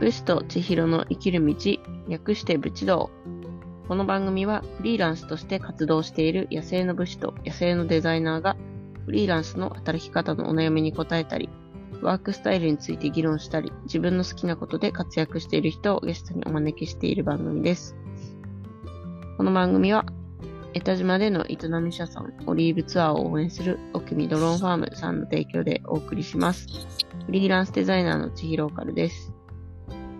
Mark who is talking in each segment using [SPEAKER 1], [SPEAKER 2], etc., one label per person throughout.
[SPEAKER 1] 武士と千尋の生きる道、略して武士道。この番組はフリーランスとして活動している野生の武士と野生のデザイナーがフリーランスの働き方のお悩みに答えたり、ワークスタイルについて議論したり、自分の好きなことで活躍している人をゲストにお招きしている番組です。この番組は江田島での営み者さん、オリーブツアーを応援する奥見ドローンファームさんの提供でお送りします。フリーランスデザイナーの千尋オカルです。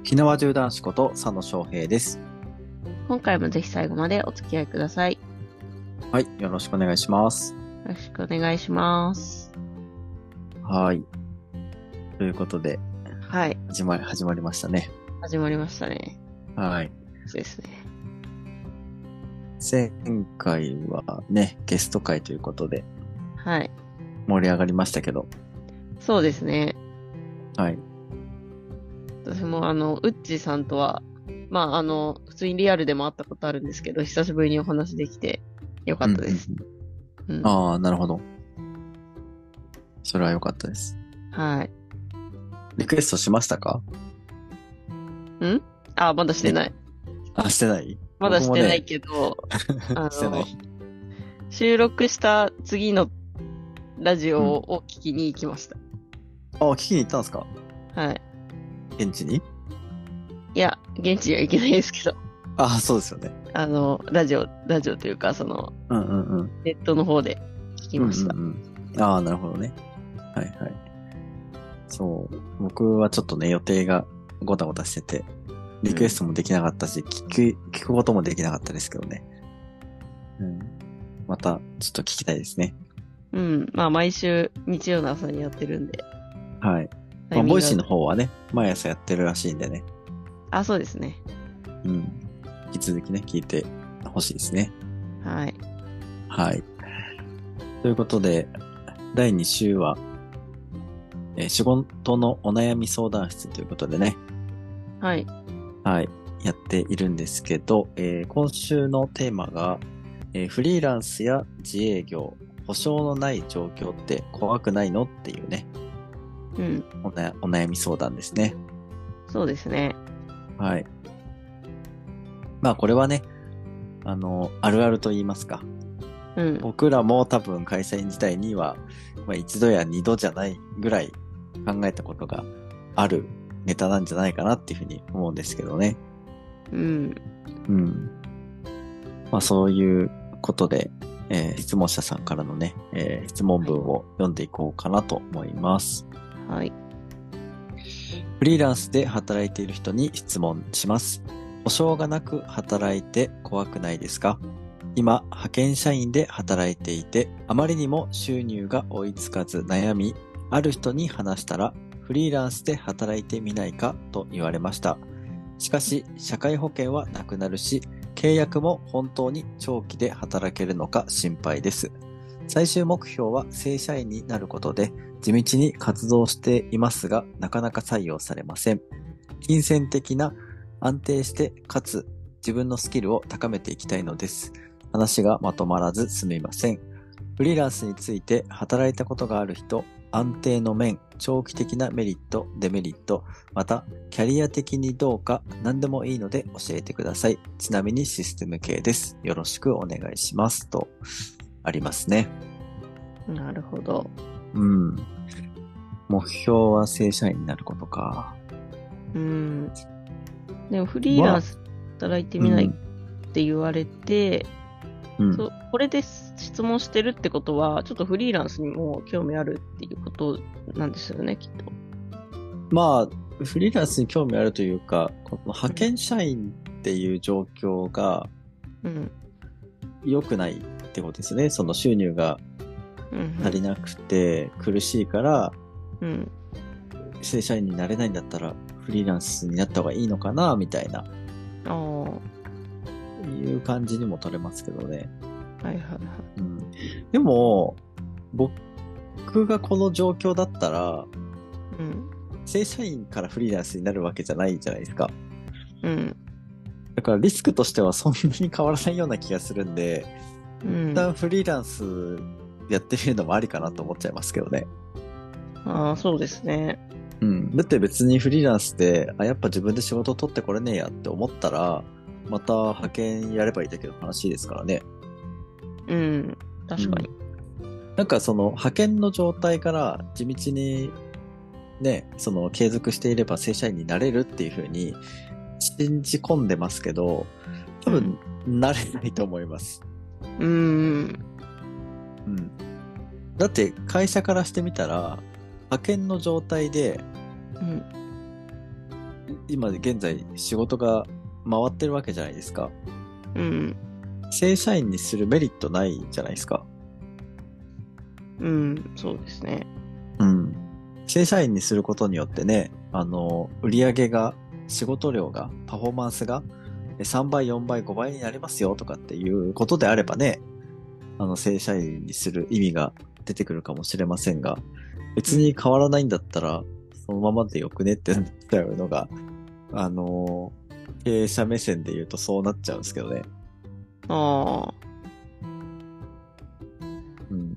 [SPEAKER 2] ひなわ銃男子こと佐野翔平です。
[SPEAKER 1] 今回もぜひ最後までお付き合いください。
[SPEAKER 2] はい、よろしくお願いします。
[SPEAKER 1] よろしくお願いします。
[SPEAKER 2] はい。ということで、
[SPEAKER 1] はい、
[SPEAKER 2] 始まり、始まりましたね。
[SPEAKER 1] 始まりましたね。
[SPEAKER 2] はい。
[SPEAKER 1] そうですね。
[SPEAKER 2] 前回はね、ゲスト会ということで
[SPEAKER 1] はい、
[SPEAKER 2] 盛り上がりましたけど、
[SPEAKER 1] そうですね。
[SPEAKER 2] はい。
[SPEAKER 1] 私もあの、ウッチさんとは、まああの、普通にリアルでも会ったことあるんですけど、久しぶりにお話できてよかったです。
[SPEAKER 2] うんうんうん
[SPEAKER 1] うん
[SPEAKER 2] ああ、なるほど。それは良かったです。
[SPEAKER 1] はい。
[SPEAKER 2] リクエストしましたか
[SPEAKER 1] あ、まだしてない。
[SPEAKER 2] あ、してない
[SPEAKER 1] まだし
[SPEAKER 2] 僕
[SPEAKER 1] て
[SPEAKER 2] もね
[SPEAKER 1] ないけど、あの
[SPEAKER 2] してない。
[SPEAKER 1] 収録した次のラジオを聞きに行きました。
[SPEAKER 2] あ、聞きに行ったんですか
[SPEAKER 1] はい。
[SPEAKER 2] 現地に
[SPEAKER 1] いや、現地には行けないですけど、
[SPEAKER 2] ああ、そうですよね。
[SPEAKER 1] あの、ラジオ、ラジオというか、その、
[SPEAKER 2] うんうんうん。
[SPEAKER 1] ネットの方で聞きました。
[SPEAKER 2] うんうんうん、ああ、なるほどね。はいはい。そう。僕はちょっとね、予定がごたごたしてて、リクエストもできなかったし、聞く、聞くこともできなかったですけどね。うん。また、ちょっと聞きたいですね。
[SPEAKER 1] うん、まあ、毎週日曜の朝にやってるんで。
[SPEAKER 2] はい。
[SPEAKER 1] タイ
[SPEAKER 2] まあ、
[SPEAKER 1] ミング
[SPEAKER 2] ボイシーの方はね、毎朝やってるらしいんでね。
[SPEAKER 1] あ、そうですね。
[SPEAKER 2] うん。引き続きね、聞いてほしいですね。
[SPEAKER 1] はい。
[SPEAKER 2] はい。ということで、第2週は、えー仕事のお悩み相談室ということでね、
[SPEAKER 1] はい。
[SPEAKER 2] はい、やっているんですけど、えー今週のテーマが、えーフリーランスや自営業、保証のない状況って怖くないのっていうね、
[SPEAKER 1] うん。
[SPEAKER 2] おなお悩み相談ですね。
[SPEAKER 1] そうですね。
[SPEAKER 2] はい。まあこれはね、あの、あるあると言いますか。
[SPEAKER 1] うん。
[SPEAKER 2] 僕らも多分会社員時代には、まあ一度や二度じゃないぐらい考えたことがあるネタなんじゃないかなっていうふうに思うんですけどね。
[SPEAKER 1] うん。
[SPEAKER 2] うん。まあそういうことで、えー質問者さんからのね、えー質問文を読んでいこうかなと思います。
[SPEAKER 1] はい。
[SPEAKER 2] フリーランスで働いている人に質問します。保証がなく働いて怖くないですか今、派遣社員で働いていて、あまりにも収入が追いつかず悩み、ある人に話したら、フリーランスで働いてみないかと言われました。しかし、社会保険はなくなるし、契約も本当に長期で働けるのか心配です。最終目標は正社員になることで、地道に活動していますが、なかなか採用されません。金銭的な安定して、かつ自分のスキルを高めていきたいのです。話がまとまらずすみません。フリーランスについて働いたことがある人、安定の面、長期的なメリット、デメリット、またキャリア的にどうか何でもいいので教えてください。ちなみにシステム系です。よろしくお願いします。と、ありますね。
[SPEAKER 1] なるほど。
[SPEAKER 2] うん。目標は正社員になることか。
[SPEAKER 1] うん。でも、フリーランス働いてみないって言われて、
[SPEAKER 2] うん。うん
[SPEAKER 1] そうこれで質問してるってことは、ちょっとフリーランスにも興味あるっていうことなんですよね、きっと。
[SPEAKER 2] まあ、フリーランスに興味あるというか、この派遣社員っていう状況が
[SPEAKER 1] うん。
[SPEAKER 2] 良くないってことですね。その収入が
[SPEAKER 1] うん。
[SPEAKER 2] 足りなくて苦しいから、
[SPEAKER 1] うん。
[SPEAKER 2] 正社員になれないんだったら、フリーランスになった方がいいのかな、みたいな、
[SPEAKER 1] ああ。は
[SPEAKER 2] いう感じにも取れますけどね。
[SPEAKER 1] いはいはい。
[SPEAKER 2] うん。でも、僕がこの状況だったら、
[SPEAKER 1] うん。
[SPEAKER 2] 正社員からフリーランスになるわけじゃないじゃないですか。
[SPEAKER 1] うん。
[SPEAKER 2] だからリスクとしてはそんなに変わらないような気がするんで、
[SPEAKER 1] うん
[SPEAKER 2] 一旦フリーランスやってみるのもありかなと思っちゃいますけどね。
[SPEAKER 1] ああ、そうですね。
[SPEAKER 2] うん。だって別にフリーランスで、あ、やっぱ自分で仕事取ってこれねえやって思ったら、また派遣やればいいだけの話ですからね。
[SPEAKER 1] うん、確かに。
[SPEAKER 2] なんかその派遣の状態から地道にね、その継続していれば正社員になれるっていうふうに信じ込んでますけど、多分なれないと思います。
[SPEAKER 1] うん、うん、
[SPEAKER 2] うん。だって会社からしてみたら、派遣の状態で
[SPEAKER 1] うん、
[SPEAKER 2] 今現在仕事が回ってるわけじゃないですか。
[SPEAKER 1] うん、
[SPEAKER 2] 正社員にするメリットないじゃないですか。
[SPEAKER 1] うん、そうですね。
[SPEAKER 2] うん。正社員にすることによってね、あの、売り上げが、仕事量が、パフォーマンスが、え3倍、4倍、5倍になりますよとかっていうことであればね、あの、正社員にする意味が出てくるかもしれませんが、別に変わらないんだったら、そのままでよくねってなっちゃうのが、あの、経営者目線で言うとそうなっちゃうんですけどね。
[SPEAKER 1] ああ、
[SPEAKER 2] うん。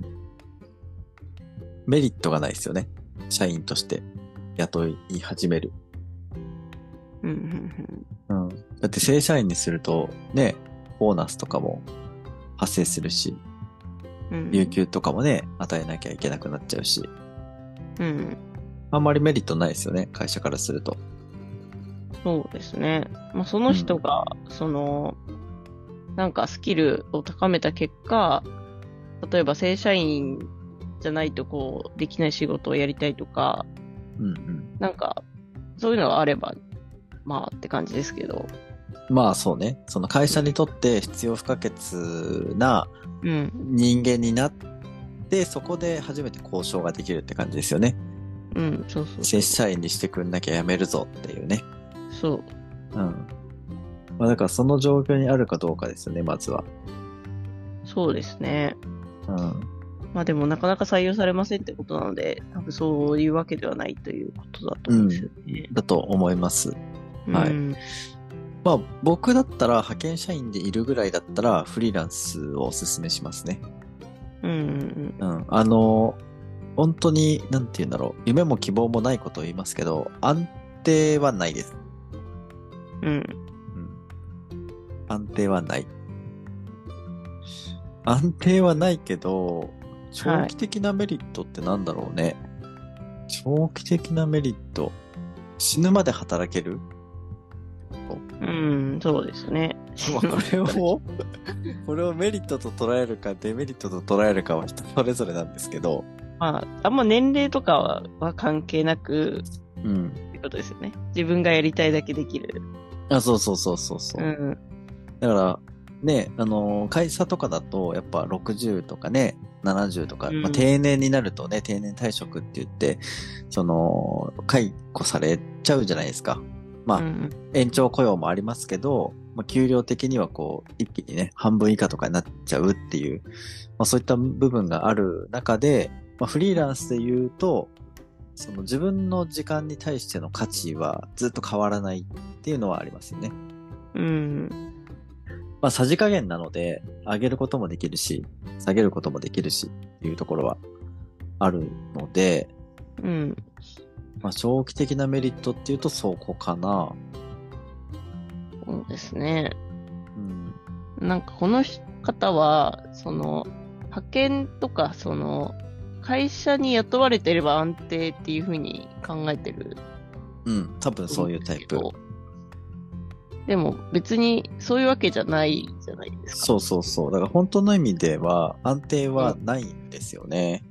[SPEAKER 2] メリットがないですよね。社員として雇い始める。
[SPEAKER 1] うん、うん、
[SPEAKER 2] うん。だって正社員にすると、ね、ボーナスとかも発生するし、
[SPEAKER 1] うん。
[SPEAKER 2] 有給とかもね、与えなきゃいけなくなっちゃうし、
[SPEAKER 1] うん、
[SPEAKER 2] あんまりメリットないですよね、会社からすると。
[SPEAKER 1] そうですね。まあ、その人が、その、なんかスキルを高めた結果、例えば正社員じゃないとこう、できない仕事をやりたいとか、
[SPEAKER 2] うんうん。
[SPEAKER 1] なんか、そういうのがあれば、まあって感じですけど。
[SPEAKER 2] まあそうね、その会社にとって必要不可欠な
[SPEAKER 1] うん、
[SPEAKER 2] 人間になって、そこで初めて交渉ができるって感じですよね。
[SPEAKER 1] うん、そうそう。
[SPEAKER 2] 正社員にしてくんなきゃやめるぞっていうね。
[SPEAKER 1] そう。
[SPEAKER 2] うん。まあだからその状況にあるかどうかですよね、まずは。
[SPEAKER 1] そうですね。
[SPEAKER 2] うん。
[SPEAKER 1] まあでもなかなか採用されませんってことなので、多分そういうわけではないということだと思うんですよね。
[SPEAKER 2] だと思います。んはい
[SPEAKER 1] うん
[SPEAKER 2] まあ僕だったら派遣社員でいるぐらいだったらフリーランスをおすすめしますね。
[SPEAKER 1] うん
[SPEAKER 2] うん。あの、本当に、なんて言うんだろう。夢も希望もないことを言いますけど、安定はないです。
[SPEAKER 1] うんうん
[SPEAKER 2] うん。安定はない。安定はないけど、長期的なメリットってなんだろうね。長期的なメリット。死ぬまで働ける
[SPEAKER 1] うん、うん、そうですね。
[SPEAKER 2] まあこれをこれをメリットと捉えるかデメリットと捉えるかは人 それぞれなんですけど、
[SPEAKER 1] まあ、あんま年齢とかはは関係なく
[SPEAKER 2] うん、
[SPEAKER 1] ってことですよね。自分がやりたいだけできる。
[SPEAKER 2] あそうそうそうそうそうう、
[SPEAKER 1] ん。
[SPEAKER 2] だからねあのー会社とかだとやっぱ60とかね70とか、
[SPEAKER 1] うん
[SPEAKER 2] まあ、定年になるとね定年退職って言ってその解雇されちゃうじゃないですかまあ
[SPEAKER 1] うん
[SPEAKER 2] 延長雇用もありますけど、まあ、給料的にはこう、一気にね、半分以下とかになっちゃうっていう、まあ、そういった部分がある中で、まあ、フリーランスで言うと、その自分の時間に対しての価値はずっと変わらないっていうのはありますよね。
[SPEAKER 1] うん。
[SPEAKER 2] まあ、さじ加減なので、上げることもできるし、下げることもできるしっていうところはあるので、
[SPEAKER 1] うん。
[SPEAKER 2] まあ、長期的なメリットっていうとそこかな。
[SPEAKER 1] そうですね。
[SPEAKER 2] うん。
[SPEAKER 1] なんかこの方は、その、派遣とか、その、会社に雇われてれば安定っていうふうに考えてる
[SPEAKER 2] うん。多分そういうタイプ。
[SPEAKER 1] でも別にそういうわけじゃないじゃないですか。
[SPEAKER 2] そうそうそう。だから本当の意味では安定はないんですよね。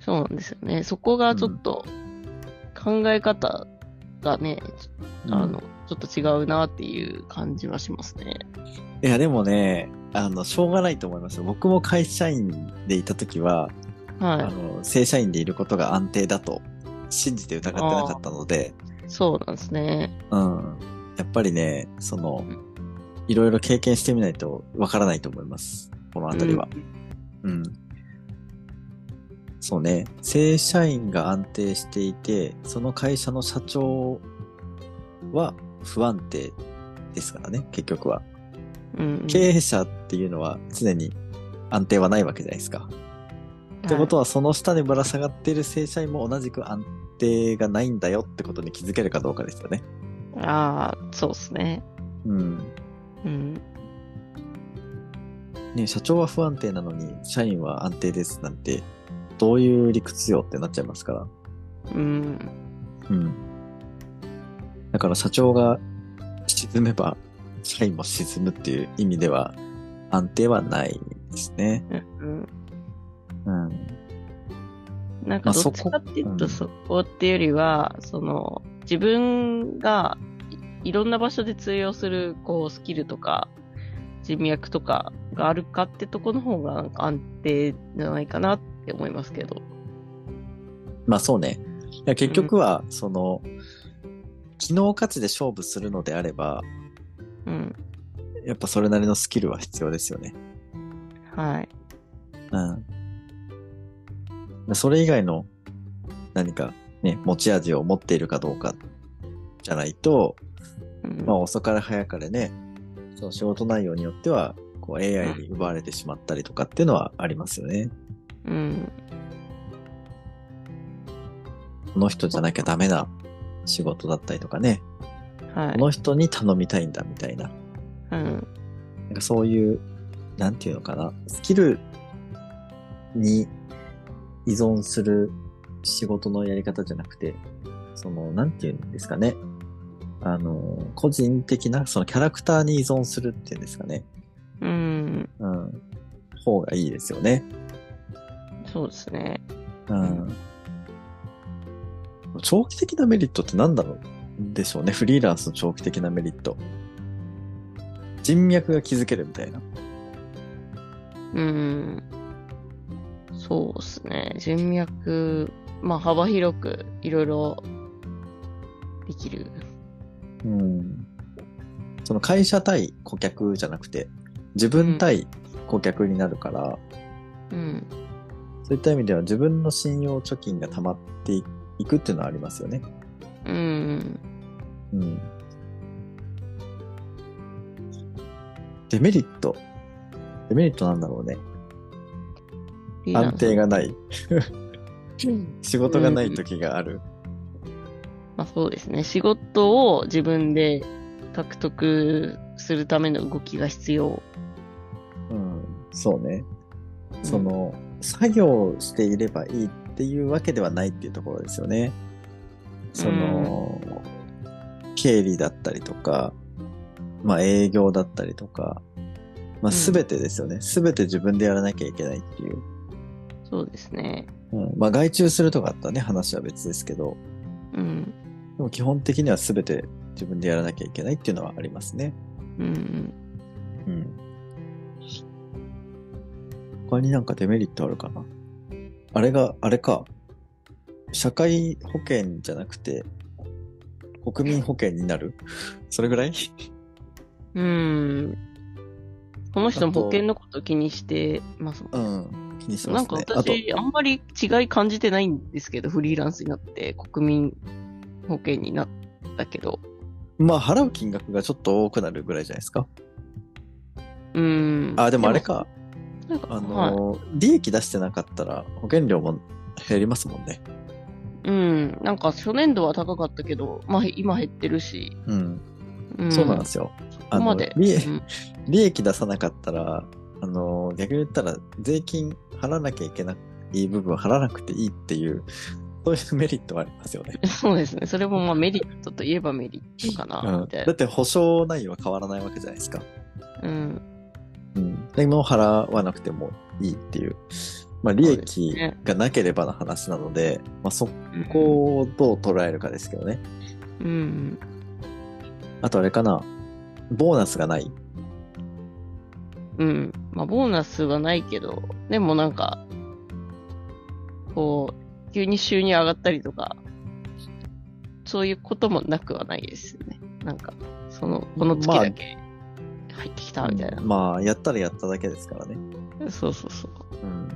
[SPEAKER 1] そうなんですよね。そこがちょっと考え方がね、ちょあの、ちょっと違うなっていう感じはしますね。
[SPEAKER 2] いやでもね、あの、しょうがないと思いますよ。僕も会社員でいた時は、あ
[SPEAKER 1] は
[SPEAKER 2] の、正社員でいることが安定だと信じて疑ってなかったので、
[SPEAKER 1] い。そうなんですね。
[SPEAKER 2] うん。やっぱりね、その
[SPEAKER 1] うん、
[SPEAKER 2] いろいろ経験してみないとわからないと思います。このあたりは。うん。そうね。正社員が安定していて、その会社の社長は不安定ですからね、結局は。
[SPEAKER 1] うん。うん
[SPEAKER 2] 経営者っていうのは常に安定はないわけじゃないですか。ってことは、その下でぶら下がっている正社員も同じく安定がないんだよってことに気づけるかどうかですよね。
[SPEAKER 1] ああ、そうですね。
[SPEAKER 2] うん。
[SPEAKER 1] うん。
[SPEAKER 2] ね社長は不安定なのに、社員は安定ですなんて、どういう理屈よってなっちゃいますから。
[SPEAKER 1] うん。
[SPEAKER 2] うん。だから社長が沈めば、社員も沈むっていう意味では、安定はないですね。
[SPEAKER 1] うん。
[SPEAKER 2] うん。
[SPEAKER 1] なん
[SPEAKER 2] ま
[SPEAKER 1] か
[SPEAKER 2] あ
[SPEAKER 1] どっちかっていうと、
[SPEAKER 2] そ
[SPEAKER 1] そこっていうよりは、その、自分がいいろんな場所で通用する、こう、スキルとか、人脈とかがあるかってとこの方がなんか安定じゃないかなって思いますけど。
[SPEAKER 2] まあそうね。いや結局は、その、機能価値で勝負するのであれば、
[SPEAKER 1] うん。
[SPEAKER 2] やっぱそれなりのスキルは必要ですよね。
[SPEAKER 1] はい。
[SPEAKER 2] うん。それ以外の何かね、持ち味を持っているかどうかじゃないと、
[SPEAKER 1] うん
[SPEAKER 2] まあ遅かれ早かれね、その仕事内容によっては、こう AI に奪われてしまったりとかっていうのはありますよね。
[SPEAKER 1] うん。
[SPEAKER 2] この人じゃなきゃダメな仕事だったりとかね、
[SPEAKER 1] は
[SPEAKER 2] こ
[SPEAKER 1] い。
[SPEAKER 2] の人に頼みたいんだみたいな、
[SPEAKER 1] うん。
[SPEAKER 2] なんかそういう、なんていうのかな、スキルに依存する仕事のやり方じゃなくて、その、なんていうんですかね。あの、個人的な、そのキャラクターに依存するっていうんですかね。
[SPEAKER 1] うん。
[SPEAKER 2] うん。方がいいですよね。
[SPEAKER 1] そうですね。
[SPEAKER 2] うん。長期的なメリットって何だろうでしょうね。フリーランスの長期的なメリット。人脈が築けるみたいな。
[SPEAKER 1] うん。そうですね。人脈、まあ幅広くいろいろできる。
[SPEAKER 2] うん。その会社対顧客じゃなくて、自分対顧客になるから、
[SPEAKER 1] うん。
[SPEAKER 2] そういった意味では自分の信用貯金が溜まっていくっていうのはありますよね。
[SPEAKER 1] うん。
[SPEAKER 2] うん。デメリット。デメリットなんだろうね。
[SPEAKER 1] フリーラン
[SPEAKER 2] 安
[SPEAKER 1] ス
[SPEAKER 2] 定がない。
[SPEAKER 1] うん
[SPEAKER 2] 仕事がない時がある。
[SPEAKER 1] まあそうですね。仕事を自分で獲得するための動きが必要。
[SPEAKER 2] うん、そうね。その、作業していればいいっていうわけではないっていうところですよね。その、経理だったりとか、まあ営業だったりとか、ま
[SPEAKER 1] ん
[SPEAKER 2] あ全てですよね。全て自分でやらなきゃいけないっていう。
[SPEAKER 1] そうですね。
[SPEAKER 2] うん、まあ外注するとかあったらね、話は別ですけど、
[SPEAKER 1] うん。
[SPEAKER 2] でも基本的には全て自分でやらなきゃいけないっていうのはありますね。
[SPEAKER 1] うん。
[SPEAKER 2] うん。他になんかデメリットあるかなあれが、あれか。社会保険じゃなくて、国民保険になるそれぐらい
[SPEAKER 1] うん。この人も
[SPEAKER 2] あと
[SPEAKER 1] 保険のこと気にしてますもん
[SPEAKER 2] うん。気にし
[SPEAKER 1] な
[SPEAKER 2] ま
[SPEAKER 1] ん
[SPEAKER 2] す
[SPEAKER 1] か
[SPEAKER 2] ね。あと、
[SPEAKER 1] 私、あんまり違い感じてないんですけど、フリーランスになって国民保険になったけど。
[SPEAKER 2] まあ払う金額がちょっと多くなるぐらいじゃないですか。
[SPEAKER 1] うーん。
[SPEAKER 2] あ、でもあれ。か。
[SPEAKER 1] なんか
[SPEAKER 2] あ
[SPEAKER 1] はい、
[SPEAKER 2] のー、利益出してなかったら保険料も減りますもんね。
[SPEAKER 1] うん。なんか初年度は高かったけど、まあ今減ってるし。
[SPEAKER 2] うん。
[SPEAKER 1] うん、
[SPEAKER 2] そうなんですよ。
[SPEAKER 1] ここまで。
[SPEAKER 2] あの利
[SPEAKER 1] うん
[SPEAKER 2] 利益出さなかったら、あの、逆に言ったら、税金払わなきゃいけないい部分払わなくていいっていう、そういうメリットはありますよね。
[SPEAKER 1] そうですね。それもまあメリットといえばメリットかな、
[SPEAKER 2] うん、
[SPEAKER 1] みた
[SPEAKER 2] だ
[SPEAKER 1] いな
[SPEAKER 2] っ。て保証内容は変わらないわけじゃないですか。
[SPEAKER 1] うん。
[SPEAKER 2] うん。でも払わなくてもいいっていう。まあ、利益がなければの話なので、まあ、そこをどう捉えるかですけどね。
[SPEAKER 1] うん。
[SPEAKER 2] あとあれかな。ボーナスがない。
[SPEAKER 1] うん。まあ、ボーナスはないけど、でもなんか、こう、急に収入上がったりとか、そういうこともなくはないですよね。なんか、その、この月だけ入ってきたみたいな。
[SPEAKER 2] まあ、やったらやっただけですからね。
[SPEAKER 1] そうそうそう。
[SPEAKER 2] うん。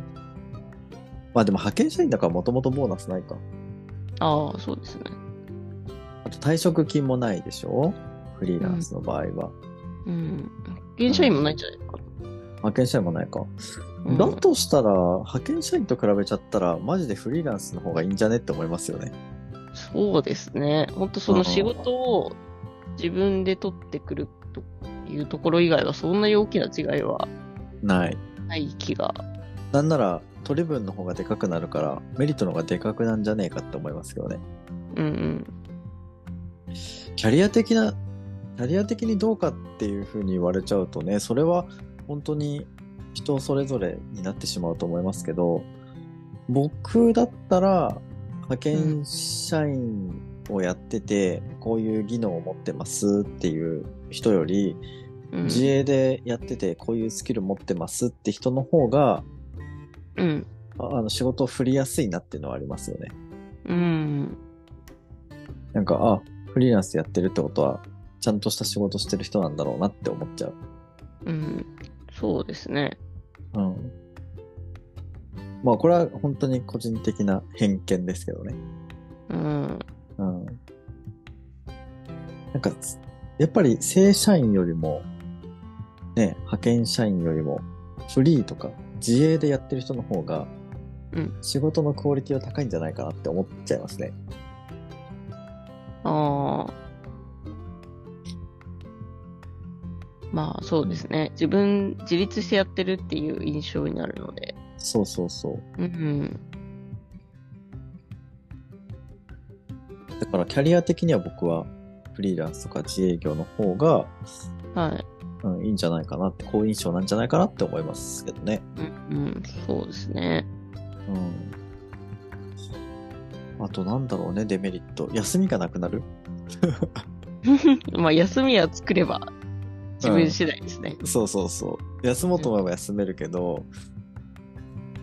[SPEAKER 2] まあでも派遣社員だからもともとボーナスないか。
[SPEAKER 1] ああ、そうですね。
[SPEAKER 2] あと退職金もないでしょフリーランスの場合は。
[SPEAKER 1] うん。現社員もないんじゃないかな。
[SPEAKER 2] 派遣社員もないか。
[SPEAKER 1] うん
[SPEAKER 2] だとしたら、派遣社員と比べちゃったら、マジでフリーランスの方がいいんじゃねって思いますよね。
[SPEAKER 1] そうですね。本当その仕事を自分で取ってくるというところ以外はそんなに大きな違いは
[SPEAKER 2] ない。
[SPEAKER 1] ない気が。
[SPEAKER 2] なんなら、取り分の方がでかくなるから、メリットの方がでかくなんじゃねえかって思いますけどね。
[SPEAKER 1] うんうん。
[SPEAKER 2] キャリア的な、キャリア的にどうかっていうふうに言われちゃうとね、それは本当に人それぞれになってしまうと思いますけど、僕だったら派遣社員をやってて、こういう技能を持ってますっていう人より、
[SPEAKER 1] うん、
[SPEAKER 2] 自営でやっててこういうスキル持ってますって人の方が、
[SPEAKER 1] うん。
[SPEAKER 2] ああの仕事を振りやすいなっていうのはありますよね。
[SPEAKER 1] うん。
[SPEAKER 2] なんか、あ、フリーランスやってるってことは、ちゃんとした仕事してる人なんだろうなって思っちゃう。
[SPEAKER 1] うん。そうですね。
[SPEAKER 2] うん。まあこれは本当に個人的な偏見ですけどね。
[SPEAKER 1] うん。
[SPEAKER 2] うん。なんかつ、やっぱり正社員よりも、ね、派遣社員よりも、フリーとか自営でやってる人の方が
[SPEAKER 1] うん、
[SPEAKER 2] 仕事のクオリティは高いんじゃないかなって思っちゃいますね。
[SPEAKER 1] ああ。まあそうですね。自分、自立してやってるっていう印象になるので。
[SPEAKER 2] そうそうそう。
[SPEAKER 1] うん。
[SPEAKER 2] だからキャリア的には僕は、フリーランスとか自営業の方が、
[SPEAKER 1] はい。
[SPEAKER 2] うん、いいんじゃないかなって、好印象なんじゃないかなって思いますけどね。
[SPEAKER 1] うん、うん、そうですね。
[SPEAKER 2] あとなんだろうね、デメリット。休みがなくなる
[SPEAKER 1] まあ休みは作れば自分次第ですね。
[SPEAKER 2] そうそうそう。休もうと思えば休めるけど、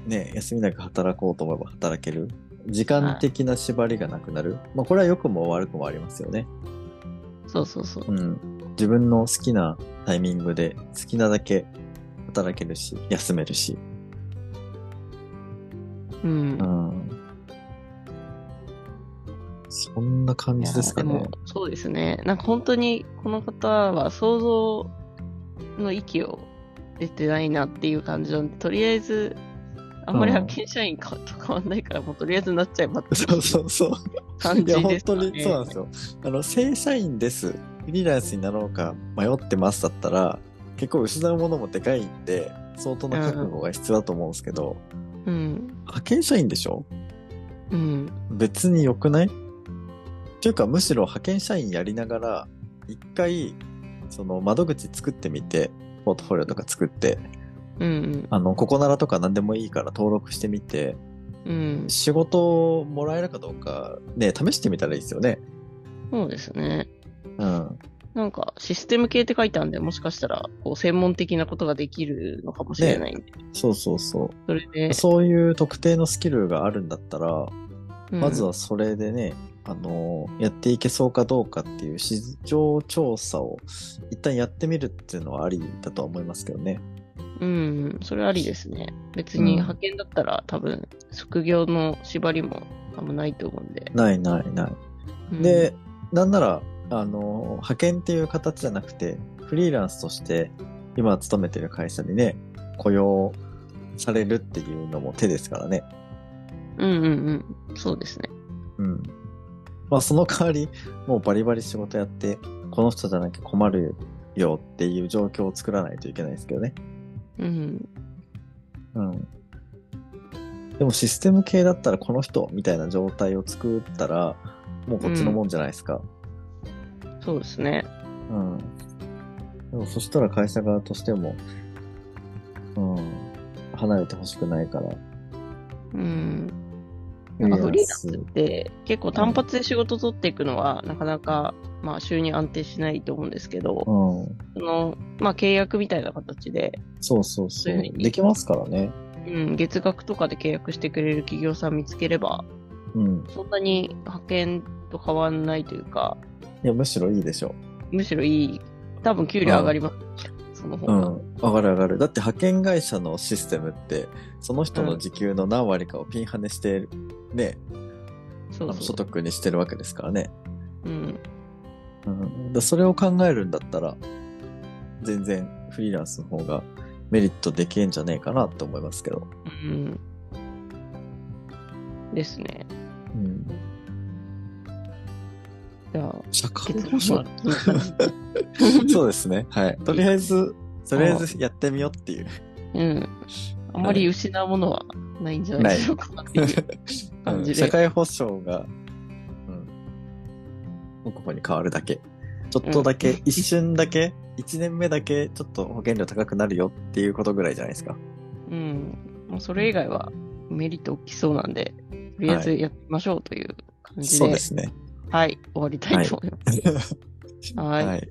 [SPEAKER 2] ね、休みなく働こうと思えば働ける。時間的な縛りがなくなる。まあこれは良くも悪くもありますよね。
[SPEAKER 1] そうそうそう。
[SPEAKER 2] うん。自分の好きなタイミングで好きなだけ働けるし、休めるし。
[SPEAKER 1] うん
[SPEAKER 2] う。ん。そんな感じですか
[SPEAKER 1] いや
[SPEAKER 2] ね
[SPEAKER 1] も。そうですね。なんか本当にこの方は想像の域を出てないなっていう感じなんで、とりあえず、あんまり
[SPEAKER 2] うん
[SPEAKER 1] 派遣社員かと変わんないから、もうとりあえずなっちゃえばってい
[SPEAKER 2] そう
[SPEAKER 1] う
[SPEAKER 2] そうそう。
[SPEAKER 1] 感じ
[SPEAKER 2] いや、
[SPEAKER 1] で
[SPEAKER 2] 本
[SPEAKER 1] すか
[SPEAKER 2] 当
[SPEAKER 1] ね。
[SPEAKER 2] にそうなんですよ。あの、正社員です。フリーランスになろうか迷ってますだったら、結構失うものもでかいんで、相当な覚悟が必要だと思うんですけど、
[SPEAKER 1] うん。
[SPEAKER 2] 派遣社員でしょ
[SPEAKER 1] うん。
[SPEAKER 2] 別に良くないっていうか、むしろ派遣社員やりながら、一回、その窓口作ってみて、ポートフォリオとか作って、
[SPEAKER 1] うん。
[SPEAKER 2] あの、ここならとか何でもいいから登録してみて、
[SPEAKER 1] うん。
[SPEAKER 2] 仕事をもらえるかどうか、ね、試してみたらいいですよね。
[SPEAKER 1] そうですね。
[SPEAKER 2] うん。
[SPEAKER 1] なんか、システム系って書いてあるんで、もしかしたら、こう、専門的なことができるのかもしれないんで、
[SPEAKER 2] そうそうそう。
[SPEAKER 1] それで、
[SPEAKER 2] そういう特定のスキルがあるんだったら、
[SPEAKER 1] うん
[SPEAKER 2] まずはそれでね、あのーやっていけそうかどうかっていう市場調査を一旦やってみるっていうのはありだとは思いますけどね。
[SPEAKER 1] うん、それありですね。別
[SPEAKER 2] うん
[SPEAKER 1] に派遣だったら、多分、職業の縛りも多分ないと思うんで。
[SPEAKER 2] ないないない。
[SPEAKER 1] うん
[SPEAKER 2] で、、なんなら、あのー派遣っていう形じゃなくて、フリーランスとして今勤めてる会社にね、雇用されるっていうのも手ですからね。
[SPEAKER 1] うんうんうん、そうですね。
[SPEAKER 2] うん。まあその代わり、もうバリバリ仕事やって、この人じゃなきゃ困るよっていう状況を作らないといけないですけどね。
[SPEAKER 1] うん、
[SPEAKER 2] うん。でもシステム系だったらこの人みたいな状態を作ったら、もうこっちのもんじゃないですか。
[SPEAKER 1] そうですね。
[SPEAKER 2] うん。でもそしたら会社側としても、うん、離れてほしくないから。
[SPEAKER 1] うん。なんかフリーランスって結構単発で仕事取っていくのはなかなか、まあ収入安定しないと思うんですけど、
[SPEAKER 2] うん。
[SPEAKER 1] その、まあ契約みたいな形で、
[SPEAKER 2] そうそうそ
[SPEAKER 1] そういうふう
[SPEAKER 2] う。
[SPEAKER 1] に
[SPEAKER 2] できますからね。
[SPEAKER 1] うん、月額とかで契約してくれる企業さん見つければ、
[SPEAKER 2] うん。
[SPEAKER 1] そんなに派遣と変わんないというか、
[SPEAKER 2] いや、むしろいいでしょう。
[SPEAKER 1] むしろいい。多分給料上がります。その方
[SPEAKER 2] う
[SPEAKER 1] が。
[SPEAKER 2] ん、上がる上がる。だって派遣会社のシステムって、その人の時給の何割かをピンハネしてる、ね、
[SPEAKER 1] そう
[SPEAKER 2] あの所
[SPEAKER 1] そう。
[SPEAKER 2] 得にしてるわけですからね。
[SPEAKER 1] うん。
[SPEAKER 2] うん、だそれを考えるんだったら、全然フリーランスの方がメリットできるんじゃねえかなと思いますけど。
[SPEAKER 1] うん。ですね。
[SPEAKER 2] うん。
[SPEAKER 1] じゃあ、
[SPEAKER 2] 社会
[SPEAKER 1] 結
[SPEAKER 2] 保
[SPEAKER 1] 論は
[SPEAKER 2] 障。そうですね。はい。とりあえず、とりあえずやってみようっていう。
[SPEAKER 1] うん。あんまり失うものはないんじゃないでしょうかっていう感じで。
[SPEAKER 2] 社会保障が、うん。ここに変わるだけ。ちょっとだけ、
[SPEAKER 1] うん
[SPEAKER 2] 一瞬だけ、一年目だけ、ちょっと保険料高くなるよっていうことぐらいじゃないですか。
[SPEAKER 1] うん。もうそれ以外はメリット大きそうなんで、とりあえずやってみましょうという感じで、
[SPEAKER 2] そう
[SPEAKER 1] はい、
[SPEAKER 2] ですね。
[SPEAKER 1] 終わりたいと思います。はい。
[SPEAKER 2] はい。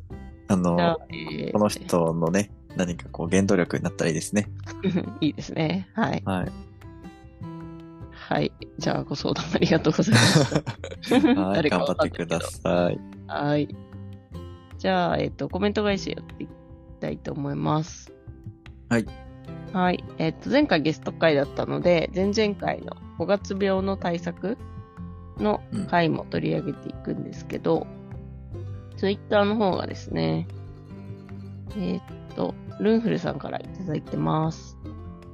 [SPEAKER 1] じ
[SPEAKER 2] あ
[SPEAKER 1] ゃ
[SPEAKER 2] の
[SPEAKER 1] あ、、えー
[SPEAKER 2] この人のね、何かこう原動力になったらいいですね。
[SPEAKER 1] いいですね。はい。
[SPEAKER 2] はい。
[SPEAKER 1] はい。じゃあ、ご相談ありがとうございました。
[SPEAKER 2] はい、
[SPEAKER 1] 誰か
[SPEAKER 2] 頑張
[SPEAKER 1] わ
[SPEAKER 2] っ
[SPEAKER 1] かんな
[SPEAKER 2] て
[SPEAKER 1] いけ
[SPEAKER 2] く
[SPEAKER 1] ど
[SPEAKER 2] ださい。
[SPEAKER 1] はい。じゃあ、えっ、と、コメント返しやっていきたいと思います。
[SPEAKER 2] はい。
[SPEAKER 1] はい。えっ、と、前回ゲスト会だったので、前々回の5月病の対策の回も取り上げていくんですけど、ツイッターの方がですね、えっ、と、ルンフルさんからいただいてます。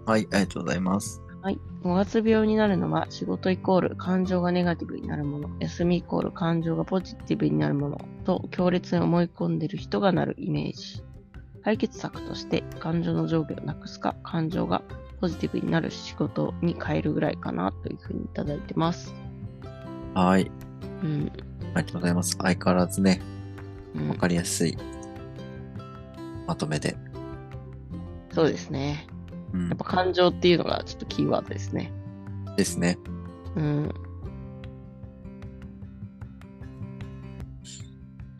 [SPEAKER 2] はい、ありがとうございます。
[SPEAKER 1] はい。5月病になるのは仕事イコール感情がネガティブになるもの、休みイコール感情がポジティブになるものと強烈に思い込んでいる人がなるイメージ。解決策として感情の上下をなくすか、感情がポジティブになる仕事に変えるぐらいかなというふうにいただいてます。
[SPEAKER 2] はい、
[SPEAKER 1] うん。
[SPEAKER 2] ありがとうございます。相変わらずね、
[SPEAKER 1] うん
[SPEAKER 2] わかりやすいまとめで。
[SPEAKER 1] そうですね。
[SPEAKER 2] うん
[SPEAKER 1] やっぱ感情っていうのがちょっとキーワードですね。
[SPEAKER 2] ですね。
[SPEAKER 1] うん。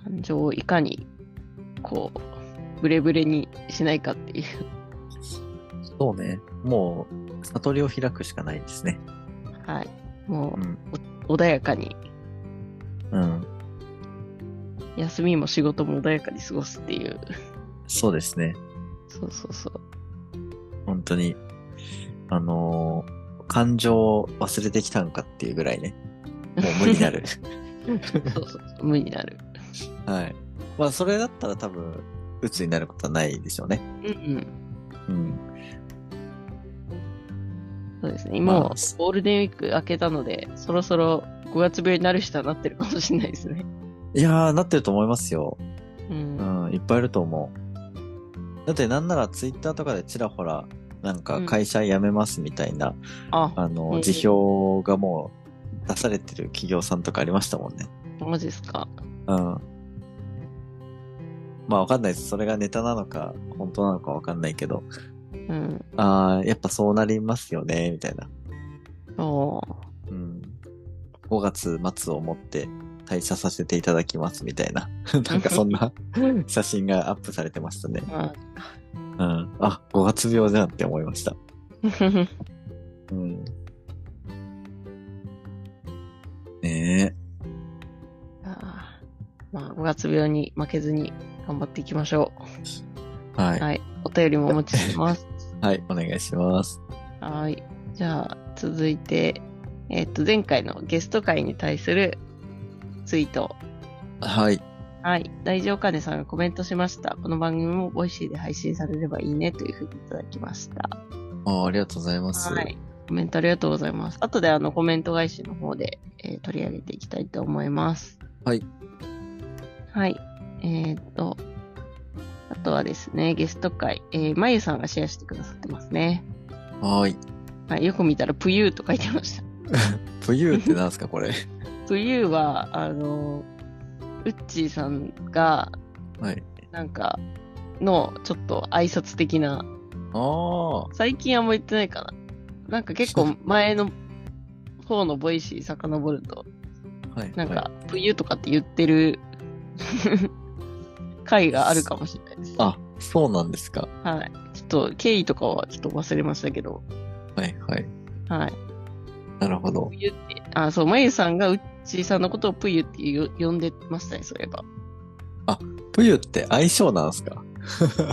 [SPEAKER 1] 感情をいかに、こう、ブレブレにしないかっていう。
[SPEAKER 2] そうね。もう、悟りを開くしかないですね。
[SPEAKER 1] はい。も
[SPEAKER 2] うん。
[SPEAKER 1] う、穏やかに、
[SPEAKER 2] うん。
[SPEAKER 1] 休みも仕事も穏やかに過ごすっていう。
[SPEAKER 2] そうですね。
[SPEAKER 1] そうそうそう。
[SPEAKER 2] 本当に、あのー感情を忘れてきたんかっていうぐらいね。もう無に なる。
[SPEAKER 1] そうそうそう。無になる。
[SPEAKER 2] はい。まあ、それだったら多分、鬱になることはないでしょうね。
[SPEAKER 1] うんうん。
[SPEAKER 2] うん。
[SPEAKER 1] そうですね。
[SPEAKER 2] まあ
[SPEAKER 1] もう、ゴールデンウィーク明けたので、そろそろ5月病になる人はなってるかもしれないですね。
[SPEAKER 2] いやー、なってると思いますよ。
[SPEAKER 1] う。
[SPEAKER 2] うんん、いっぱいいると思う。だってなんならツイッターとかでちらほら、なんか会社辞めますみたいな、
[SPEAKER 1] あ、
[SPEAKER 2] あ
[SPEAKER 1] う
[SPEAKER 2] の、
[SPEAKER 1] ん
[SPEAKER 2] 辞表がもう出されてる企業さんとかありましたもんね。
[SPEAKER 1] マジですか。
[SPEAKER 2] うん。まあわかんないです。それがネタなのか、本当なのかわかんないけど、
[SPEAKER 1] うん。
[SPEAKER 2] ああ、やっぱそうなりますよね、みたいな。
[SPEAKER 1] おー。
[SPEAKER 2] うん。5月末をもって退社させていただきます、みたいな。 なんかそん な写真がアップされてましたね。
[SPEAKER 1] ま
[SPEAKER 2] うん。あ、5月病じゃんって思いました。
[SPEAKER 1] あ
[SPEAKER 2] うん。ね
[SPEAKER 1] あーまあ、5月病に負けずに頑張っていきましょ
[SPEAKER 2] え。は
[SPEAKER 1] う。
[SPEAKER 2] い。
[SPEAKER 1] はい。お便りもお待ちしてます。
[SPEAKER 2] はい、お願いします。
[SPEAKER 1] はい。じゃあ、続いて、えっと、前回のゲスト会に対するツイート。
[SPEAKER 2] はい。
[SPEAKER 1] はい。大丈夫かねさんがコメントしました。この番組もボイシーで配信されればいいねというふうにいただきました。
[SPEAKER 2] あありがとうございます。
[SPEAKER 1] はい。コメントありがとうございます。後であのコメント返しの方で、えー取り上げていきたいと思います。
[SPEAKER 2] はい。
[SPEAKER 1] はい。えーっと、あとはですね、ゲスト会、えー、まゆさんがシェアしてくださってますね。
[SPEAKER 2] はい。
[SPEAKER 1] はい、よく見たら、ぷゆーと書いてました。
[SPEAKER 2] というってなんですか、これ。
[SPEAKER 1] ぷゆーは、あの、うっちーさんが、
[SPEAKER 2] はい。
[SPEAKER 1] なんか、の、ちょっと挨拶的な、
[SPEAKER 2] あ
[SPEAKER 1] 最近あんま言ってないかな。なんか結構前の方のボイシー遡ると、
[SPEAKER 2] あ。はい。
[SPEAKER 1] なん
[SPEAKER 2] はい
[SPEAKER 1] か、冬とかって言ってる 回があるかもしれないです。
[SPEAKER 2] あ、そうなんですか。
[SPEAKER 1] はい。ちょっと、経緯とかはちょっと忘れましたけど、
[SPEAKER 2] はい、はい。
[SPEAKER 1] はい。
[SPEAKER 2] なるほど。
[SPEAKER 1] 冬って、あ、そう、まゆさんがうっちーさんのことをぷゆってよ呼んでましたね、そういえ ば。
[SPEAKER 2] というって相性なんですか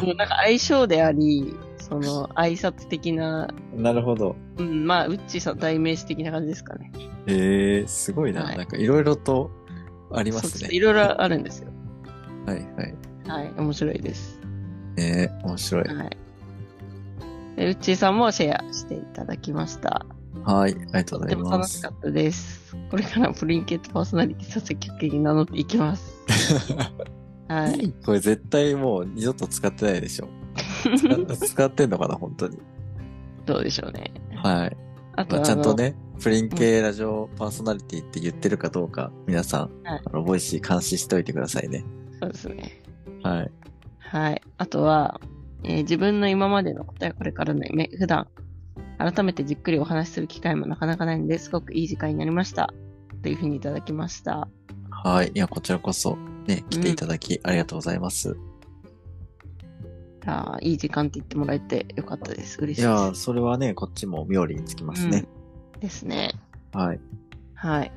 [SPEAKER 1] もうなんか相性であり、その、挨拶的な、
[SPEAKER 2] なるほど。
[SPEAKER 1] うん、まあ、うっちーさん代名詞的な感じですかね。
[SPEAKER 2] ええー、すごいな。
[SPEAKER 1] はい
[SPEAKER 2] なんかいろいろとありま
[SPEAKER 1] そう
[SPEAKER 2] す
[SPEAKER 1] ちょっと
[SPEAKER 2] ね。
[SPEAKER 1] いろいろあるんですよ。
[SPEAKER 2] はい、はい。
[SPEAKER 1] はい。面白いです。
[SPEAKER 2] ええ面白い。
[SPEAKER 1] はい。でウッチーさんもシェアしていただきました。
[SPEAKER 2] はい、ありがと
[SPEAKER 1] と
[SPEAKER 2] うござ
[SPEAKER 1] て
[SPEAKER 2] い
[SPEAKER 1] も
[SPEAKER 2] ま
[SPEAKER 1] 楽し
[SPEAKER 2] す
[SPEAKER 1] か。ったです。これからプリンケットパーソナリティと積極的に名乗っていきます。はい。
[SPEAKER 2] これ絶対もう二度と使ってないでし ょ。使使ってんのかな、本当に。
[SPEAKER 1] どうでしょうね。
[SPEAKER 2] はい。
[SPEAKER 1] あと
[SPEAKER 2] まあ、
[SPEAKER 1] は、
[SPEAKER 2] ちゃんとね、プリン系ラジオパーソナリティって言ってるかどうか、皆さん、
[SPEAKER 1] はい
[SPEAKER 2] あの、ボイシー監視しておいてくださいね。
[SPEAKER 1] あの。そうですね。
[SPEAKER 2] はい。
[SPEAKER 1] はい。あとは、えー自分の今までのことやこれからの夢、普段、改めてじっくりお話しする機会もなかなかないのですごくいい時間になりました。というふうにいただきました。
[SPEAKER 2] はい。いや、こちらこそ、ね、来ていただき、ありがとうございます。
[SPEAKER 1] あーいい時間って言ってもらえてよかったです。嬉
[SPEAKER 2] い
[SPEAKER 1] しいです。
[SPEAKER 2] やー、それはね、こっちも妙利につきますね。
[SPEAKER 1] うんですね。
[SPEAKER 2] はい。
[SPEAKER 1] はい。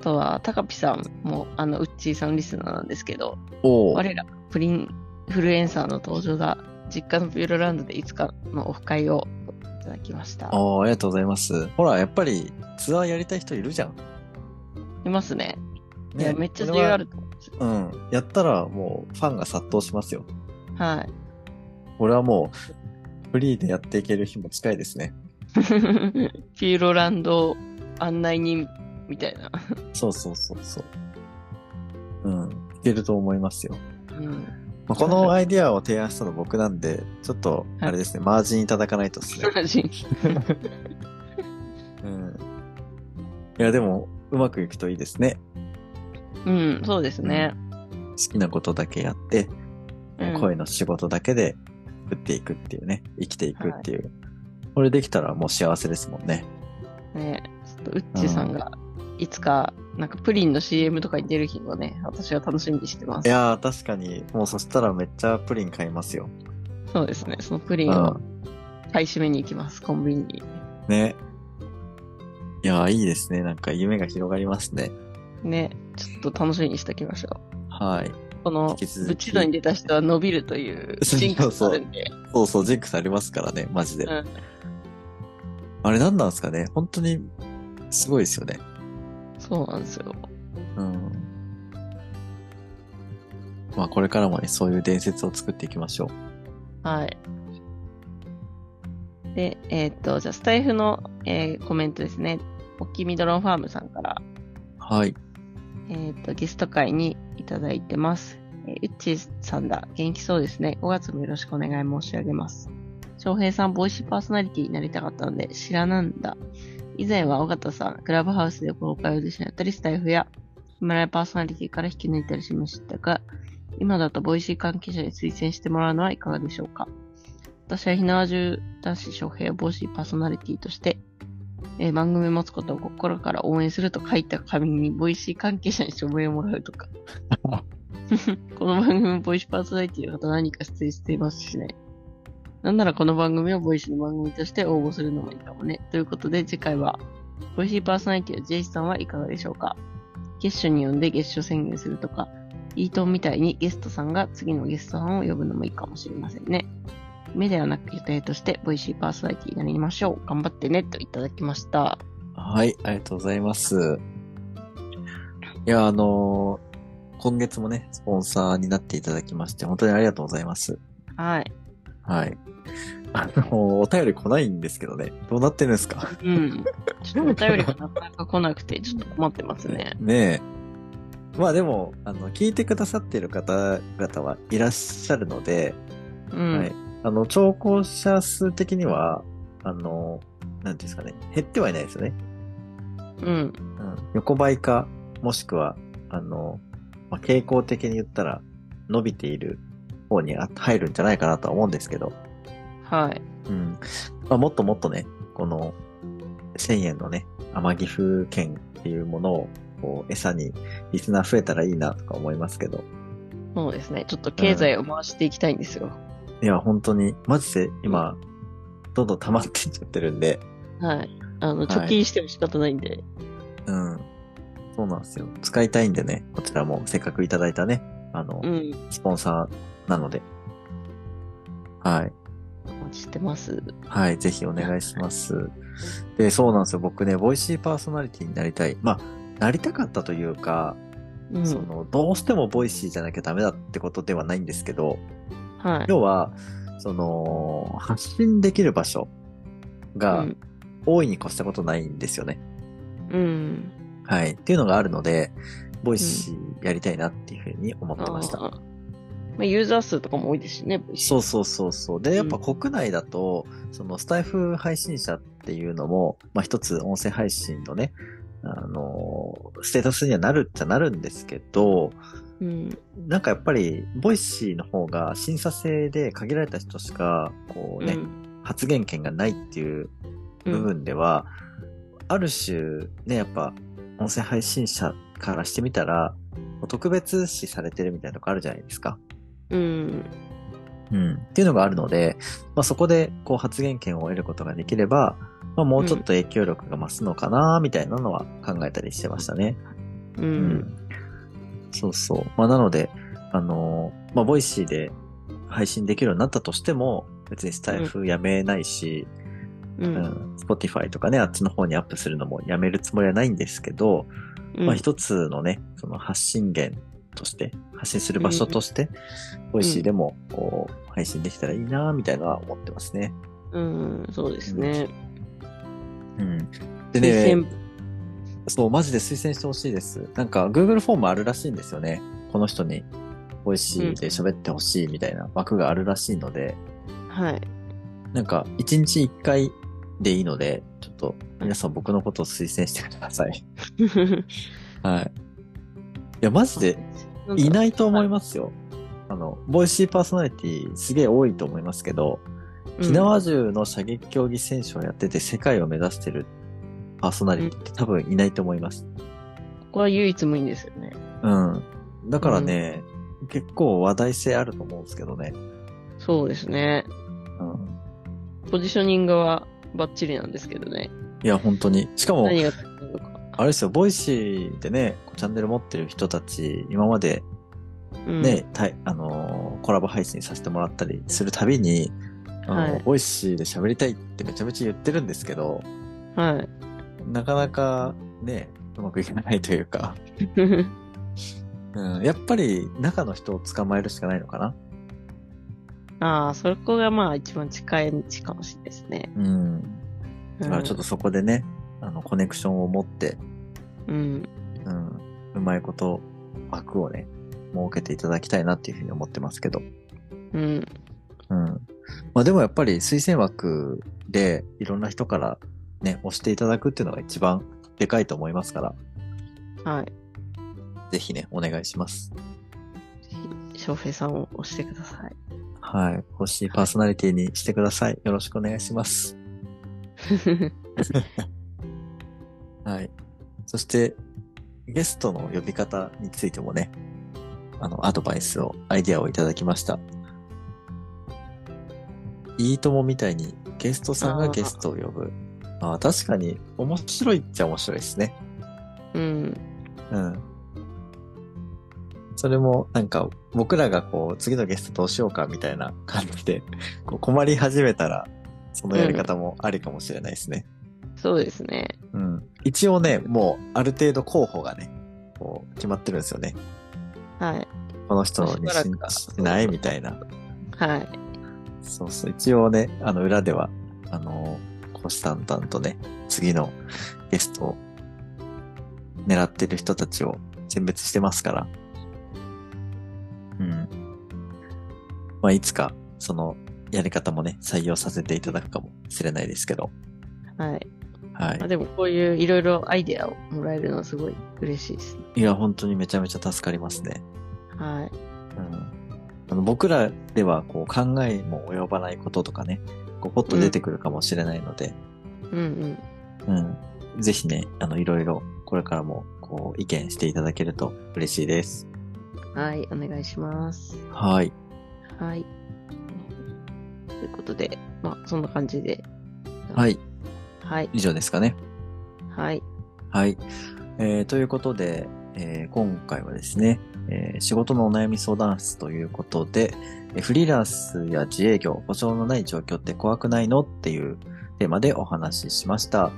[SPEAKER 1] あとは、たかぴさんも、あの、うっちーさんリスナーなんですけど、
[SPEAKER 2] おー。
[SPEAKER 1] 我ら、プリンフルエンサーの登場が、実家のピューロランドでいつかのオフ会をいただきました。
[SPEAKER 2] おー、ありがとうございます。ほら、やっぱり、ツアーやりたい人いるじゃん。
[SPEAKER 1] いますね。いや、めっちゃ
[SPEAKER 2] こ
[SPEAKER 1] 需
[SPEAKER 2] れは
[SPEAKER 1] 要あると思うんですよ。
[SPEAKER 2] うん。やったら、もう、ファンが殺到しますよ。
[SPEAKER 1] はい。
[SPEAKER 2] 俺はもう、フリーでやっていける日も近いですね。
[SPEAKER 1] ピューロランド案内人みたいな。
[SPEAKER 2] そうそうそうそう。うん。いけると思いますよ。
[SPEAKER 1] うん。
[SPEAKER 2] まあ、このアイディアを提案したの僕なんで、ちょっと、
[SPEAKER 1] はい
[SPEAKER 2] あれですね、マージンいただかないとですね。
[SPEAKER 1] マジ
[SPEAKER 2] うん。いや、でも、うまくいくといいですね。
[SPEAKER 1] うん、そうですね。
[SPEAKER 2] 好きなことだけやって、
[SPEAKER 1] うん
[SPEAKER 2] 声の仕事だけで食っていくっていうね、生きていくっていう。これできたらもう幸せですもんね。
[SPEAKER 1] ねちょっとウッチーさんが、いつか、なんかプリンの CM とかに出る日をね、私は楽しみにしてま
[SPEAKER 2] い
[SPEAKER 1] す。
[SPEAKER 2] やー、確かに、もうそしたらめっちゃプリン買いますよ。
[SPEAKER 1] そうですね。そのプリ
[SPEAKER 2] う
[SPEAKER 1] ンを
[SPEAKER 2] ん。
[SPEAKER 1] 買い占めに行きます、コンビニに。
[SPEAKER 2] ね。いやー、いいですね。なんか夢が広がりますね。
[SPEAKER 1] ね、ちょっと楽しみにしておきましょ
[SPEAKER 2] はい。
[SPEAKER 1] う。この
[SPEAKER 2] 引、き続き
[SPEAKER 1] ブチドに出た人は伸びるという
[SPEAKER 2] そう
[SPEAKER 1] シンクスあるんで。
[SPEAKER 2] そうそう、ジンクスありますからね、マジで。
[SPEAKER 1] うん
[SPEAKER 2] あれ何なんですかね本当に、すごいですよね。
[SPEAKER 1] そうなんですよ。
[SPEAKER 2] うん。まあ、これからもね、そういう伝説を作っていきましょう。
[SPEAKER 1] はい。で、えーっと、じゃあ、スタイフの、えーコメントですね。おっきみドロンファームさんから、
[SPEAKER 2] はい。
[SPEAKER 1] えーっと、ゲスト会にいただいてます。えー、うっちーさんだ。元気そうですね。5月もよろしくお願い申し上げます。翔平さん、ボイシーパーソナリティになりたかったので、知らなんだ。以前は尾形さん、クラブハウスで公開オーディションやったり、スタイフや、ヒマラヤパーソナリティから引き抜いたりしましたが、今だとボイシー関係者に推薦してもらうのはいかがでしょうか私はひなわ中男子翔平ボイシーパーソナリティとして、えー番組を持つことを心から応援すると書いた紙にボイシー関係者に署名をもらうとか。この番組もボイシーパーソナリティの方何か出演していますしね。なんならこの番組をボイシーの番組として応募するのもいいかもね。ということで次回は、ボイシーパーソナリティのジェイさんはいかがでしょうか月初に呼んで月初宣言するとか、イートンみたいにゲストさんが次のゲストさんを呼ぶのもいいかもしれませんね。目ではなく予定としてボイシーパーソナリティになりましょう。頑張ってねといただきました。
[SPEAKER 2] はい、ありがとうございます。いや、あのー今月もね、スポンサーになっていただきまして、本当にありがとうございます。
[SPEAKER 1] はい。
[SPEAKER 2] はい。あのーお便り来ないんですけどね。どうなってるんですか
[SPEAKER 1] うん。ちょっとお便りがなかなか来なくて、ちょっと困ってますね。
[SPEAKER 2] ねえ。まあでも、あの、聞いてくださっている方々はいらっしゃるので、
[SPEAKER 1] うん。
[SPEAKER 2] はい。あの、聴講者数的には、あの、なんていうんですかね、減ってはいないですよね。
[SPEAKER 1] うん。
[SPEAKER 2] うん。横ばいか、もしくは、あの、まあ、傾向的に言ったら、伸びている方にあ入るんじゃないかなとは思うんですけど、
[SPEAKER 1] はい。
[SPEAKER 2] うん。まあ、もっともっとね、この、1000円のね、天岐阜県っていうものを、こう、餌に、リスナー増えたらいいなとか思いますけど、
[SPEAKER 1] そうですね。ちょっと経済を回していきたいんですよ。
[SPEAKER 2] いや、本当に、マジで今、どんどん溜まっていっちゃってるんで、
[SPEAKER 1] はい。あの、
[SPEAKER 2] い
[SPEAKER 1] 貯金しても仕方ないんで。
[SPEAKER 2] うん。そうなんですよ。使いたいんでね、こちらもせっかくいただいたね、あの、
[SPEAKER 1] うん。
[SPEAKER 2] スポンサーなので。はい。
[SPEAKER 1] お待ちしてます。
[SPEAKER 2] はい、ぜひお願いします。で、そうなんですよ。僕ね、ボイシーパーソナリティになりたい。まあ、なりたかったというか、
[SPEAKER 1] う
[SPEAKER 2] そ
[SPEAKER 1] ん。
[SPEAKER 2] の、どうしてもボイシーじゃなきゃダメだってことではないんですけど、
[SPEAKER 1] はい。
[SPEAKER 2] 要は、その、発信できる場所が
[SPEAKER 1] うん
[SPEAKER 2] 大いに越したことないんですよね。
[SPEAKER 1] うん。
[SPEAKER 2] はい。っていうのがあるので、ボイシーやりたいなっていうふうに思ってました。
[SPEAKER 1] あーまあ、ユーザー数とかも多いですしね。
[SPEAKER 2] そうそうそうそう。で、やっぱ
[SPEAKER 1] うん
[SPEAKER 2] 国内だと、そのスタイフ配信者っていうのも、まあ一つ音声配信のね、あのーステータスにはなるっちゃなるんですけど、
[SPEAKER 1] うん。
[SPEAKER 2] なんかやっぱり、ボイシーの方が審査制で限られた人しか、こうね、
[SPEAKER 1] うん
[SPEAKER 2] 発言権がないっていう
[SPEAKER 1] う
[SPEAKER 2] 部
[SPEAKER 1] ん
[SPEAKER 2] 分では、ある種、ね、やっぱ、音声配信者からしてみたら、こう特別視されてるみたいなとこあるじゃないですか。
[SPEAKER 1] うん。
[SPEAKER 2] うん、っていうのがあるので、まあ、そこでこう発言権を得ることができれば、まあ、もうちょっと影響力が増すのかなみたいなのは考えたりしてましたね。
[SPEAKER 1] う。
[SPEAKER 2] うんそうそう。まあ、なので、あのーまあ、ボイシーで配信できるようになったとしても、別にスタイフやめないし、
[SPEAKER 1] う。
[SPEAKER 2] うんん、Spotify とかね、あっちの方にアップするのもやめるつもりはないんですけど、
[SPEAKER 1] うん
[SPEAKER 2] まあ、一つのね、その発信源として、発信する場所として、ボイシーでも、こう、配信できたらいいなみたいなのは思ってますね。
[SPEAKER 1] うん。そうですね。
[SPEAKER 2] うん。で
[SPEAKER 1] 推
[SPEAKER 2] ね、
[SPEAKER 1] 薦
[SPEAKER 2] そう、マジで推薦してほしいです。なんか、Google フォームあるらしいんですよね。この人に、ボイシーで喋ってほしいみたいな枠があるらしいので、
[SPEAKER 1] はい。
[SPEAKER 2] なんか、1日1回でいいので、ちょっと、皆さん僕のことを推薦してください。はい。いや、マ ジで、いないと思いますよ。あの、ボイシーパーソナリティすげえ多いと思いますけど、
[SPEAKER 1] す
[SPEAKER 2] 火縄銃の射撃競技選手をやってて世界を目指してるパーソナリティって多分いないと思います。
[SPEAKER 1] ここは唯一無二ですよね。
[SPEAKER 2] うん。だからね、結構話題性あると思うんですけどね。
[SPEAKER 1] そうですね。
[SPEAKER 2] うん。
[SPEAKER 1] ポジショニングはバッチリなんですけどね。
[SPEAKER 2] いや、本当に。しかも、
[SPEAKER 1] 何が足りないのか。
[SPEAKER 2] あれですよ、ボイシーでね、こうチャンネル持ってる人たち、今まで
[SPEAKER 1] うん
[SPEAKER 2] ね、たいあのーコラボ配信させてもらったりするたびに、あの
[SPEAKER 1] はい
[SPEAKER 2] ボイシーで喋りたいってめちゃめちゃ言ってるんですけど、
[SPEAKER 1] はい。
[SPEAKER 2] なかなかね、うまくいかないというか、うん、やっぱり中の人を捕まえるしかないのかな。
[SPEAKER 1] ああ、そこがまあ一番近い道かもしれないですね。
[SPEAKER 2] うん。
[SPEAKER 1] う
[SPEAKER 2] だ
[SPEAKER 1] ん
[SPEAKER 2] からちょっとそこでね、あの、コネクションを持って、
[SPEAKER 1] うん。
[SPEAKER 2] うん、うまいこと枠をね、設けていただきたいなっていうふうに思ってますけど。
[SPEAKER 1] うん。
[SPEAKER 2] うん。まあでもやっぱり推薦枠でいろんな人からね、押していただくっていうのが一番でかいと思いますから、
[SPEAKER 1] はい。
[SPEAKER 2] ぜひね、お願いします。
[SPEAKER 1] 翔平さんを押してください。
[SPEAKER 2] はい。欲しいパーソナリティにしてください。よろしくお願いします。はい。そして、ゲストの呼び方についてもね、あの、アドバイスを、アイディアをいただきました。いいともみたいにゲストさんがゲストを呼ぶ。ああ、確かに面白いっちゃ面白いですね。
[SPEAKER 1] うん。
[SPEAKER 2] うん。それも、なんか、僕らがこう、次のゲストどうしようかみたいな感じで、こう困り始めたら、そのやり方もありかもしれないですね。
[SPEAKER 1] そうですね。
[SPEAKER 2] うん。一応ね、もう、ある程度候補がね、こう、決まってるんですよね。
[SPEAKER 1] はい。
[SPEAKER 2] この人に
[SPEAKER 1] しばら
[SPEAKER 2] し
[SPEAKER 1] くは
[SPEAKER 2] しないみたいな。
[SPEAKER 1] はい。
[SPEAKER 2] そうそう。一応ね、あの、裏では、あの、虎視眈々とね、次のゲストを狙ってる人たちを選別してますから。うん。まあ、いつか、その、やり方もね、採用させていただくかもしれないですけど。
[SPEAKER 1] はい。
[SPEAKER 2] はい
[SPEAKER 1] まあ、。でも、こういういろいろアイデアをもらえるのはすごい嬉しいですね。
[SPEAKER 2] いや、本当にめちゃめちゃ助かりますね。
[SPEAKER 1] はい。
[SPEAKER 2] うんあの僕らではこう考えも及ばないこととかね、こうポッと出てくるかもしれないので、
[SPEAKER 1] うん
[SPEAKER 2] うんぜひね、あの、いろいろこれからもこう意見していただけると嬉しいです。
[SPEAKER 1] うん。はい。お願いします。
[SPEAKER 2] はい。
[SPEAKER 1] はい。ということで、まあ、そんな感じで。
[SPEAKER 2] はい。
[SPEAKER 1] はい。
[SPEAKER 2] 以上ですかね。
[SPEAKER 1] はい。
[SPEAKER 2] はい。えーということで、えー今回はですね、えー仕事のお悩み相談室ということで、えーフリーランスや自営業、保証のない状況って怖くないのっていうテーマでお話ししました。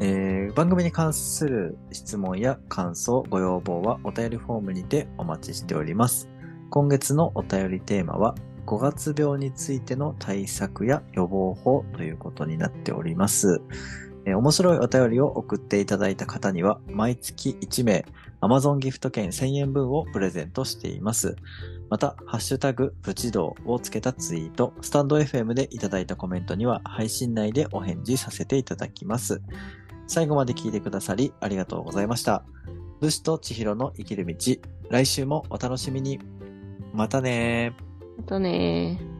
[SPEAKER 2] えー番組に関する質問や感想、ご要望はお便りフォームにてお待ちしております。今月のお便りテーマは、 5月病についての対策や予防法ということになっております。えー面白いお便りを送っていただいた方には、毎月1名、Amazon ギフト券1000円分をプレゼントしています。また、ハッシュタグ、プチ道をつけたツイート、スタンド FM でいただいたコメントには、配信内でお返事させていただきます。最後まで聞いてくださり、ありがとうございました。武士と千尋の生きる道、来週もお楽しみに。またねー。
[SPEAKER 1] あとねー。